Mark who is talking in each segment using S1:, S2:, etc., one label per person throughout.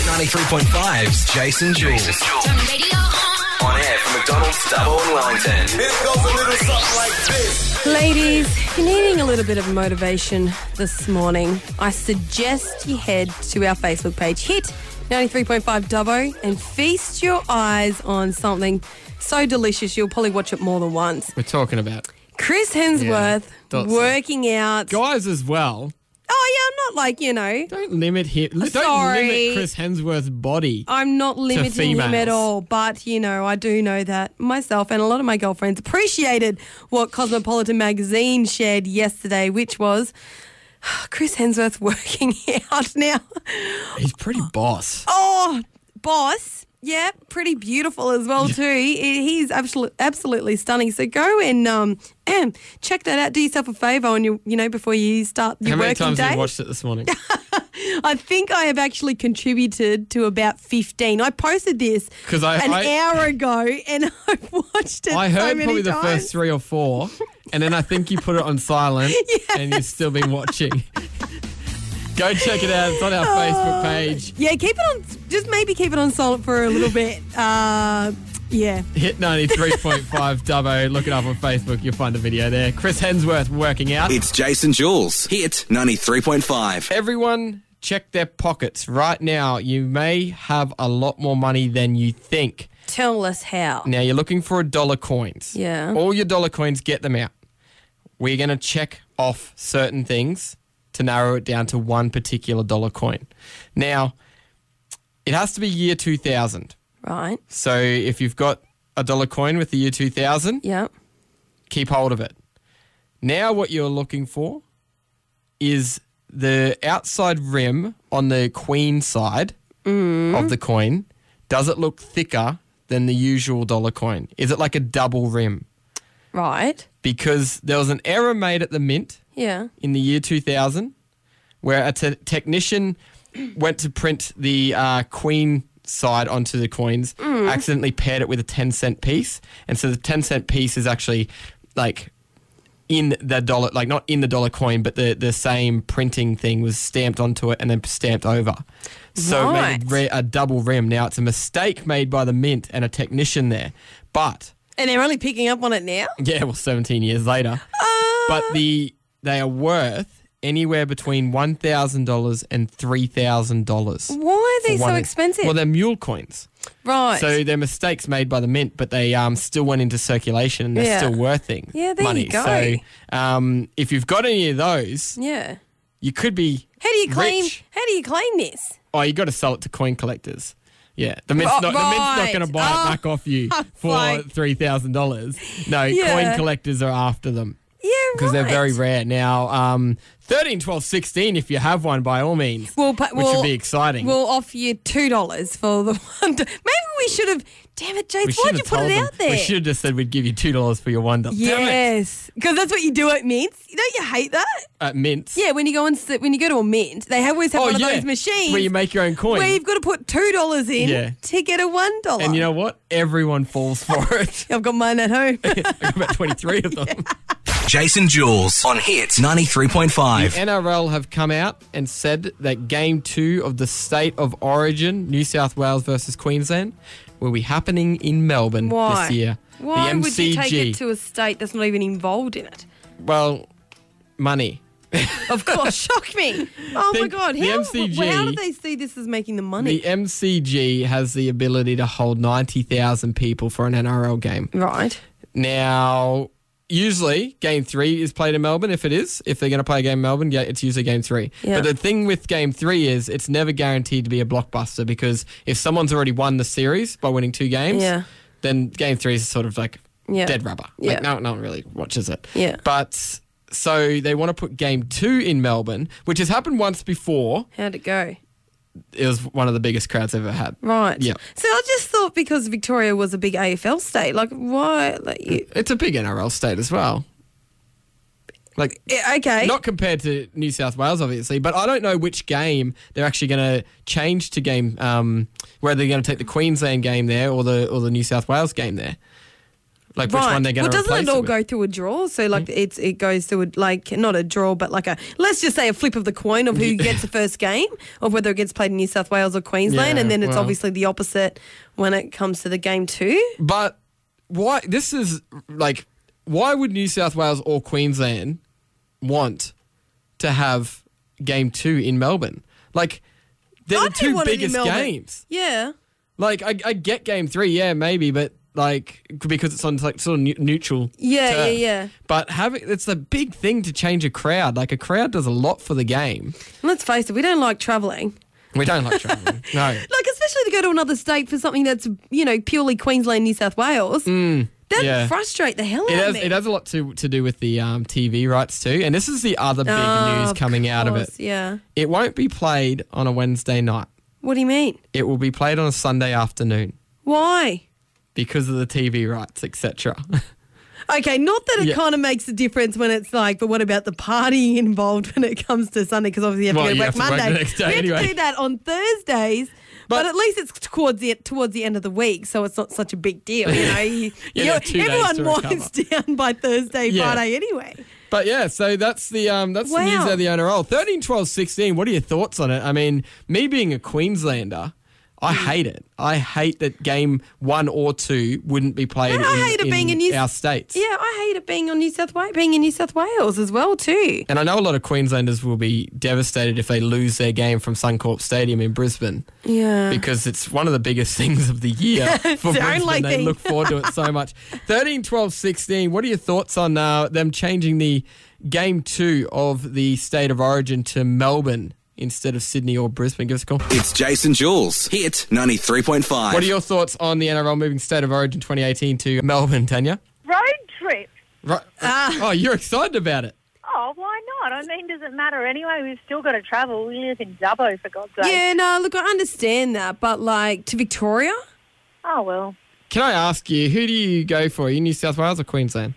S1: 93.5's Jason Jules. On air from McDonald's Double in Wellington.
S2: It goes a little something like this.
S3: Ladies, if you're needing a little bit of motivation this morning, I suggest you head to our Facebook page, hit 93.5 Dubbo, and feast your eyes on something so delicious you'll probably watch it more than once.
S4: we're talking about.
S3: Chris Hemsworth
S4: thought so.
S3: working out.
S4: Guys as well.
S3: Oh, yeah, I'm not like, you know,
S4: Don't limit him. Don't
S3: Sorry.
S4: limit Chris Hemsworth's body.
S3: I'm not limiting him at
S4: females.
S3: all, but you know, I do know that myself and a lot of my girlfriends appreciated what Cosmopolitan magazine shared yesterday, which was Chris Hemsworth working out now.
S4: He's pretty boss.
S3: Oh, boss. Yeah, pretty beautiful as well too. He- He's absolutely absolutely stunning. So go and um, check that out. Do yourself a favor on your, you know, before you start your
S4: How many
S3: working
S4: times
S3: day.
S4: have you watched it this morning?
S3: I think I have actually contributed to about 15. I posted this
S4: 'Cause I-
S3: an
S4: I-
S3: hour ago and I've watched it
S4: I
S3: so
S4: heard
S3: many
S4: probably the
S3: times.
S4: first three or four, and then I think you put it on silent, and you've still been watching. Go check it out. It's on
S3: Oh.
S4: our Facebook page.
S3: Yeah, keep it on, just maybe keep it on silent for a little bit. Uh, yeah.
S4: Hit 93.5 Dubbo. Look it up on Facebook. You'll find the video there. Chris Hemsworth working out.
S2: It's Jason Jules. Hit 93.5.
S4: Everyone, check their pockets right now. You may have a lot more money than you think.
S3: Tell us how.
S4: Now you're looking for a dollar coins.
S3: Yeah.
S4: All your dollar coins, get them out. We're going to check off certain things to narrow it down to one particular dollar coin. Now, it has to be year 2000.
S3: Right.
S4: So if you've got a dollar coin with the year 2000,
S3: Yeah.
S4: keep hold of it. Now, what you're looking for is the outside rim on the queen side of the coin. Does it look thicker than the usual dollar coin? Is it like a double rim?
S3: Right.
S4: Because there was an error made at the mint
S3: Yeah.
S4: in the year 2000 where a te- technician went to print the uh, queen side onto the coins, accidentally paired it with a 10 cent piece. And so the 10 cent piece is actually like in the dollar, like not in the dollar coin, but the, the same printing thing was stamped onto it and then stamped over. So it made re- a double rim. Now it's a mistake made by the mint and a technician there. But
S3: And they're only picking up on it now?
S4: yeah, well, 17 years later.
S3: Uh.
S4: But the they are worth anywhere between $1,000 and $3,000.
S3: Why are they
S4: for
S3: so
S4: one-
S3: expensive?
S4: Well, they're mule coins.
S3: right.
S4: So they're mistakes made by the mint, but they um, still went into circulation and they're
S3: Yeah.
S4: still worth things.
S3: Yeah, there you
S4: money.
S3: go.
S4: So um, if you've got any of those,
S3: yeah.
S4: you could be.
S3: How do you claim?
S4: Rich.
S3: How do you claim this?
S4: Oh, you got to sell it to coin collectors. Yeah, the mint's
S3: Ri-
S4: not, the mint's not
S3: Oh, right.
S4: going to
S3: Oh,
S4: buy it back off you for
S3: like-
S4: three thousand dollars. No,
S3: Yeah.
S4: coin collectors are after them.
S3: Yeah, right.
S4: because they're very rare. Now, um, 13, 12, 16, if you have one, by all means,
S3: We'll pa-
S4: which
S3: we'll-
S4: would be exciting.
S3: We'll offer you two dollars for the one. do- Maybe we should have. Damn it, Jace!
S4: We
S3: Why'd
S4: should've
S3: you put
S4: told
S3: it
S4: them.
S3: out there?
S4: We should have just said we'd give you $2 for your one dollar. Damn it.
S3: Yes, because that's what you do at mints. Don't you hate that?
S4: At Mints.
S3: Yeah, when you go and sit, when you go to a mint, they always have
S4: Oh,
S3: one of
S4: yeah.
S3: those machines
S4: Where you make your own coin.
S3: where you've got to put two dollars in
S4: Yeah.
S3: to get a one dollar.
S4: and you know what? Everyone falls for it.
S3: I've got mine at home.
S4: I've got about 23 of them.
S1: Jason Jules. On hit 93.5.
S4: NRL have come out and said that game two of the state of origin, New South Wales versus Queensland, will be happening in Melbourne
S3: Why?
S4: this year.
S3: Why
S4: the MCG.
S3: would you take it to a state that's not even involved in it?
S4: well, money.
S3: Of course, shock me. Oh my
S4: Think
S3: god,
S4: the
S3: how,
S4: MCG
S3: how do they see this as making the money?
S4: The MCG has the ability to hold 90,000 people for an NRL game.
S3: right.
S4: Now, usually game three is played in Melbourne. If it is, if they're going to play a game in Melbourne, yeah, it's usually game three.
S3: Yeah.
S4: But the thing with game three is it's never guaranteed to be a blockbuster because if someone's already won the series by winning two games,
S3: Yeah.
S4: then game three is sort of like
S3: Yeah.
S4: dead rubber.
S3: Yeah.
S4: Like no, no one really watches it.
S3: Yeah.
S4: But so they want to put game two in Melbourne, which has happened once before.
S3: How'd it go?
S4: It was one of the biggest crowds ever had.
S3: Right.
S4: Yeah.
S3: So I just thought because Victoria was a big AFL state, like why? Like you,
S4: It's a big NRL state as well. Like
S3: Yeah, eh, okay.
S4: not compared to New South Wales, obviously, but I don't know which game they're actually going to change to game. Um, whether they're going to take the Queensland game there or the or the New South Wales game there. like which one they're going
S3: well,
S4: to
S3: doesn't
S4: replace
S3: it all
S4: with. Mm.
S3: go through a draw? So like it's it goes through a, like not a draw, but like a let's just say a flip of the coin of who gets the first game of whether it gets played in New South Wales or Queensland,
S4: Yeah,
S3: and then it's
S4: well.
S3: obviously the opposite when it comes to the game two.
S4: But why? This is like, why would New South Wales or Queensland want to have game two in Melbourne? Like, they're
S3: I
S4: the
S3: didn't
S4: two
S3: want it in
S4: biggest
S3: Melbourne.
S4: games.
S3: Yeah.
S4: Like, I, I get game three, yeah, maybe, but like because it's on like sort of neu- neutral.
S3: Yeah, yeah,
S4: turf.
S3: yeah.
S4: But having it's a big thing to change a crowd. Like a crowd does a lot for the game.
S3: And let's face it, we don't like travelling.
S4: We don't like traveling. No.
S3: Like especially to go to another state for something that's you know purely Queensland, New South Wales. that
S4: Mm, yeah.
S3: frustrate the hell
S4: It
S3: out of
S4: has,
S3: me.
S4: it has a lot to, to do with the um, TV rights too, and this is the other big
S3: Oh,
S4: news
S3: of
S4: coming out of it.
S3: course, Yeah.
S4: It won't be played on a Wednesday night.
S3: What do you mean?
S4: It will be played on a Sunday afternoon
S3: Why?
S4: because of the TV rights, etc.
S3: Okay, not that it
S4: Yeah.
S3: kind of makes a difference when it's like, but what about the partying involved when it comes to Sunday? Because obviously you have
S4: Well,
S3: to go
S4: you
S3: to work
S4: have to work
S3: Monday.
S4: the next day
S3: we have to
S4: anyway.
S3: do that on Thursdays. But,
S4: But-
S3: at least it's towards the towards the end of the week, so it's not such a big deal. You know, you,
S4: Yeah,
S3: you-
S4: they're two days
S3: everyone
S4: to
S3: winds down by Thursday,
S4: Yeah.
S3: Friday anyway.
S4: but yeah, so that's the um, that's the news
S3: Wow.
S4: out of the NRL. 13, 12, 16, What are your thoughts on it? I mean, me being a Queenslander, I
S3: Hmm.
S4: hate it. I hate that game one or two wouldn't be played.
S3: And I
S4: in-
S3: hate it
S4: in
S3: being a new-
S4: our states.
S3: Yeah, I hate it being on New South Wales, being in New South Wales as well too.
S4: And I know a lot of Queenslanders will be devastated if they lose their game from Suncorp Stadium in Brisbane.
S3: Yeah.
S4: Because it's one of the biggest things of the year for
S3: Uh. the
S4: Brisbane.
S3: only
S4: They
S3: thing.
S4: look forward to it so much. 13, 12, 16. What are your thoughts on uh, them changing the game two of the State of Origin to Melbourne instead of Sydney or Brisbane? Give us a call.
S2: It's Jason Jules. Hit 93.5.
S4: What are your thoughts on the NRL moving State of Origin 2018 to Melbourne, Tanya?
S5: Road trip.
S4: Right.
S3: Ah.
S4: oh, you're excited about it.
S5: Oh, why not? I mean, does it matter anyway? We've still got to travel. We live in Dubbo, for God's sake.
S3: Yeah, no, look, I understand that, but like to Victoria,
S5: Oh, well,
S4: Can I ask you, who do you go for? Are you New South Wales or Queensland?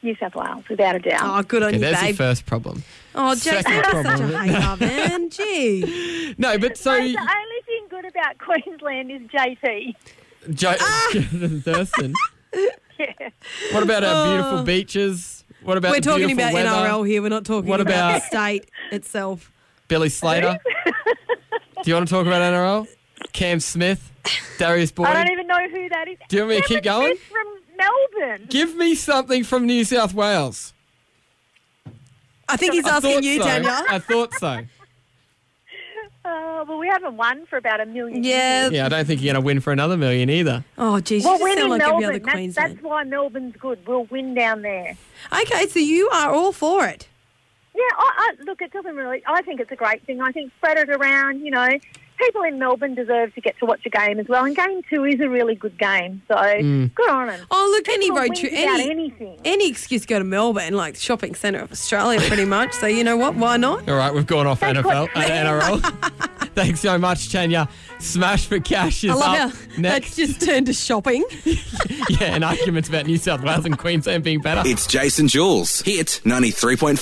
S5: New South Wales, without a doubt.
S3: oh, good on
S4: Okay,
S3: you,
S4: there's the
S3: babe.
S4: first problem.
S3: Oh, Jason,
S4: Second
S3: you're such
S4: problem.
S3: a hater, man. Gee.
S4: No, but so
S5: the only thing good about Queensland is JT.
S4: jo-
S3: Ah!
S4: Jonathan Thurston. What about our beautiful beaches? What about
S3: Oh. We're
S4: the
S3: talking about
S4: beautiful weather?
S3: NRL here. We're not talking
S4: What
S3: about
S4: about-
S3: the state itself.
S4: Billy Slater. Do you want to talk about NRL? Cam Smith, Darius
S5: I don't
S4: Boyd.
S5: even know who that is.
S4: Do you want me to
S5: Cameron
S4: keep going?
S5: Smith from Melbourne.
S4: Give me something from New South Wales.
S3: I think he's
S4: I
S3: asking
S4: thought
S3: you,
S4: so.
S3: Tanya.
S4: I thought so.
S5: Oh, well, we haven't won for about a million
S3: Yeah.
S5: years.
S4: Yeah, I don't think you're going to win for another million either.
S3: Oh, geez, you
S5: Well,
S3: just
S5: we're
S3: sound
S5: in
S3: like every other
S5: Melbourne. That's,
S3: Queensland.
S5: that's why Melbourne's good. We'll win down there.
S3: Okay, so you are all for it.
S5: Yeah, I, I, look, it doesn't really. I think it's a great thing. I think spread it around. You know, people in Melbourne deserve to get to watch a game as well, and game two is a really good game. So good on them.
S3: Oh, look, any road trip,
S5: about
S3: any,
S5: anything.
S3: any excuse to go to Melbourne, like the shopping centre of Australia, pretty much. So you know what? Why not?
S4: All right, we've gone off
S5: That's
S4: NFL,
S5: what-
S4: uh, NRL. Thanks so much, Tanya. Smash for cash is
S3: I love
S4: up
S3: how that's
S4: next.
S3: just turned to shopping.
S4: yeah, and arguments about New South Wales and Queensland being better.
S2: It's Jason Jules. Hit 93.5.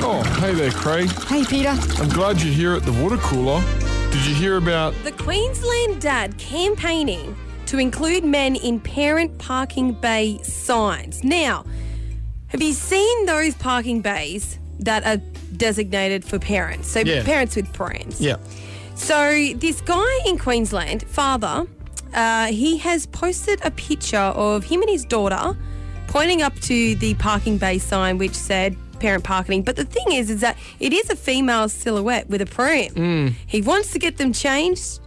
S6: Oh, hey there, Craig.
S7: Hey, Peter.
S6: I'm glad you're here at the water cooler. Did you hear about
S3: The Queensland dad campaigning to include men in parent parking bay signs. Now, have you seen those parking bays that are designated for parents? So
S4: Yeah.
S3: parents with pranks.
S4: Yeah.
S3: So this guy in Queensland, father, uh, he has posted a picture of him and his daughter pointing up to the parking bay sign, which said parent parking. But the thing is, is that it is a female silhouette with a pram. He wants to get them changed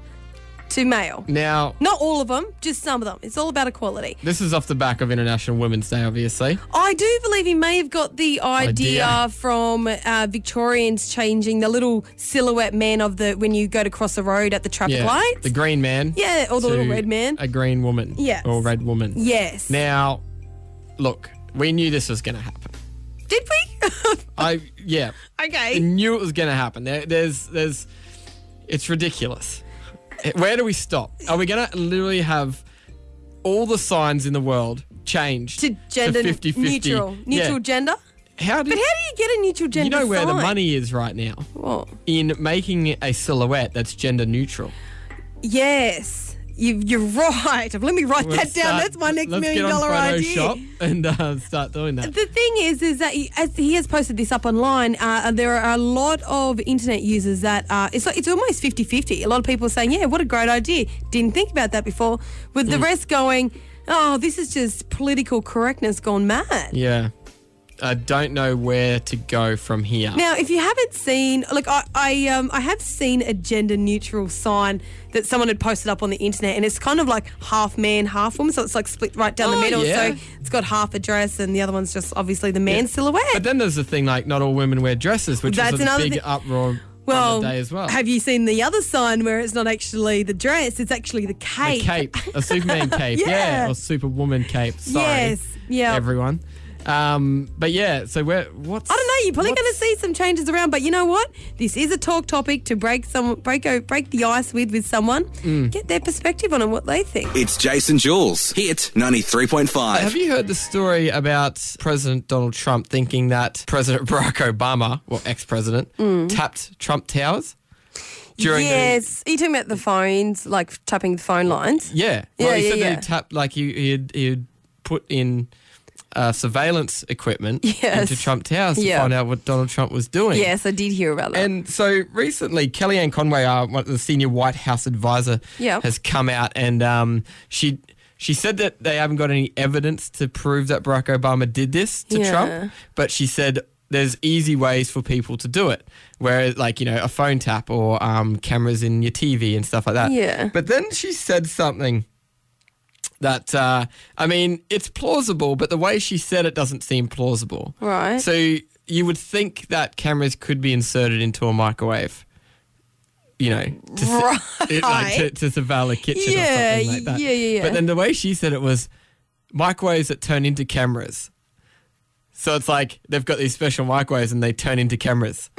S3: to male.
S4: Now,
S3: Not all of them, just some of them. It's all about equality.
S4: This is off the back of International Women's Day, obviously.
S3: I do believe he may have got the idea,
S4: Idea.
S3: from uh, Victorians changing the little silhouette man of the when you go to cross the road at the traffic lights.
S4: the green man.
S3: Yeah, or the little
S4: to
S3: red man.
S4: A green woman.
S3: Yes.
S4: Or red woman.
S3: yes.
S4: Now, look, we knew this was going to happen.
S3: Did we?
S4: I yeah, I
S3: okay.
S4: knew it was going to happen. There, there's there's, it's ridiculous. Eh, Where do we stop? Are we going to literally have all the signs in the world changed
S3: To gender
S4: 50-50?
S3: neutral. Neutral
S4: Yeah.
S3: gender?
S4: How do
S3: But how do you get a neutral gender
S4: you know where the
S3: sign?
S4: money is right now
S3: What?
S4: in making a silhouette that's gender neutral?
S3: Yes. You, you're right. Let me write that
S4: Let's
S3: down.
S4: start-
S3: That's my next
S4: let's
S3: million
S4: get on
S3: dollar idea.
S4: Photoshop and uh, start doing that.
S3: The thing is, is that he, as he has posted this up online, uh, there are a lot of internet users that are, it's, like, it's almost 50 50. A lot of people saying, yeah, what a great idea. Didn't think about that before. With
S4: Hmm.
S3: the rest going, oh, this is just political correctness gone mad.
S4: Yeah. I don't know where to go from here.
S3: Now, if you haven't seen, look, I I, um, I have seen a gender neutral sign that someone had posted up on the internet, and it's kind of like half man, half woman, so it's like split right down
S4: Oh,
S3: the middle.
S4: yeah.
S3: So it's got half a dress, and the other one's just obviously the man silhouette.
S4: But then there's the thing like not all women wear dresses, which
S3: That's
S4: was a
S3: another
S4: big
S3: thing.
S4: uproar
S3: well,
S4: on the day as well.
S3: have you seen the other sign where it's not actually the dress; it's actually the cape?
S4: a cape, a Superman cape,
S3: Yeah.
S4: yeah. or Superwoman cape. Sorry,
S3: Yes, yeah.
S4: everyone. Um, but yeah, so we're what's
S3: I don't know. You're probably going to see some changes around, but you know what? This is a talk topic to break some break o- break the ice with with someone.
S4: Mm.
S3: Get their perspective on it, what they think.
S2: It's Jason Jules. Hit 93.5.
S4: Have you heard the story about President Donald Trump thinking that President Barack Obama, well, ex-president, tapped Trump Towers during the
S3: Mm. yes, are you talking about the phones, like tapping the phone lines?
S4: Yeah. Well,
S3: Yeah,
S4: he
S3: yeah,
S4: said
S3: yeah.
S4: that he tapped, like, he, he'd, he'd put in uh, surveillance equipment
S3: Yes.
S4: into Trump Towers to
S3: Yeah.
S4: find out what Donald Trump was doing.
S3: Yes, I did hear about that.
S4: And so recently, Kellyanne Conway, uh, one of the senior White House advisor,
S3: Yeah.
S4: has come out and um, she she said that they haven't got any evidence to prove that Barack Obama did this to
S3: Yeah.
S4: Trump, but she said there's easy ways for people to do it, where like you know a phone tap or um, cameras in your TV and stuff like that.
S3: Yeah.
S4: But then she said something. That uh, I mean, it's plausible, but the way she said it doesn't seem plausible.
S3: Right.
S4: So you would think that cameras could be inserted into a microwave, you know, to, su- it- like, to, to surveil a kitchen
S3: Yeah,
S4: or something like that.
S3: yeah, yeah, yeah.
S4: But then the way she said it was microwaves that turn into cameras. So it's like they've got these special microwaves and they turn into cameras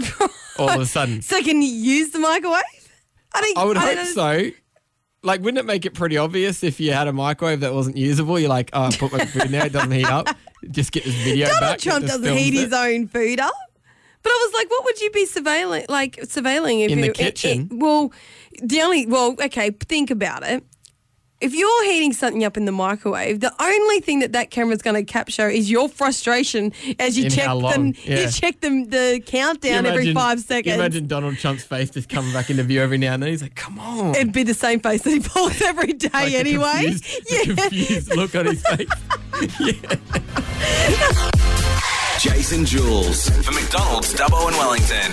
S4: all of a sudden.
S3: so can you use the microwave? I think
S4: I would
S3: don't
S4: hope
S3: know.
S4: so. Like, wouldn't it make it pretty obvious if you had a microwave that wasn't usable? You're like, oh, I put my food in there, it doesn't heat up. Just get this video
S3: Donald
S4: back. that
S3: Trump
S4: just
S3: doesn't
S4: films
S3: heat
S4: it.
S3: his own food up. But I was like, what would you be surveilling? Like surveilling if
S4: In the
S3: you, it- it-
S4: kitchen?
S3: well, the only well, okay, think about it. If you're heating something up in the microwave, the only thing that that camera's going to capture is your frustration as you
S4: In
S3: check
S4: how
S3: them.
S4: long, yeah.
S3: You check them the countdown every
S4: Imagine-
S3: five
S4: you
S3: seconds.
S4: Imagine Donald Trump's face just coming back into view every now and then. He's like, "Come on!"
S3: It'd be the same face that he pulls every day
S4: Like the
S3: anyway.
S4: confused- the confused look on his face.
S2: Jason Jules.
S1: For McDonald's, Dubbo and Wellington.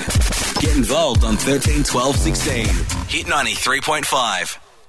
S2: Get involved on 13 12 16. Hit 93.5.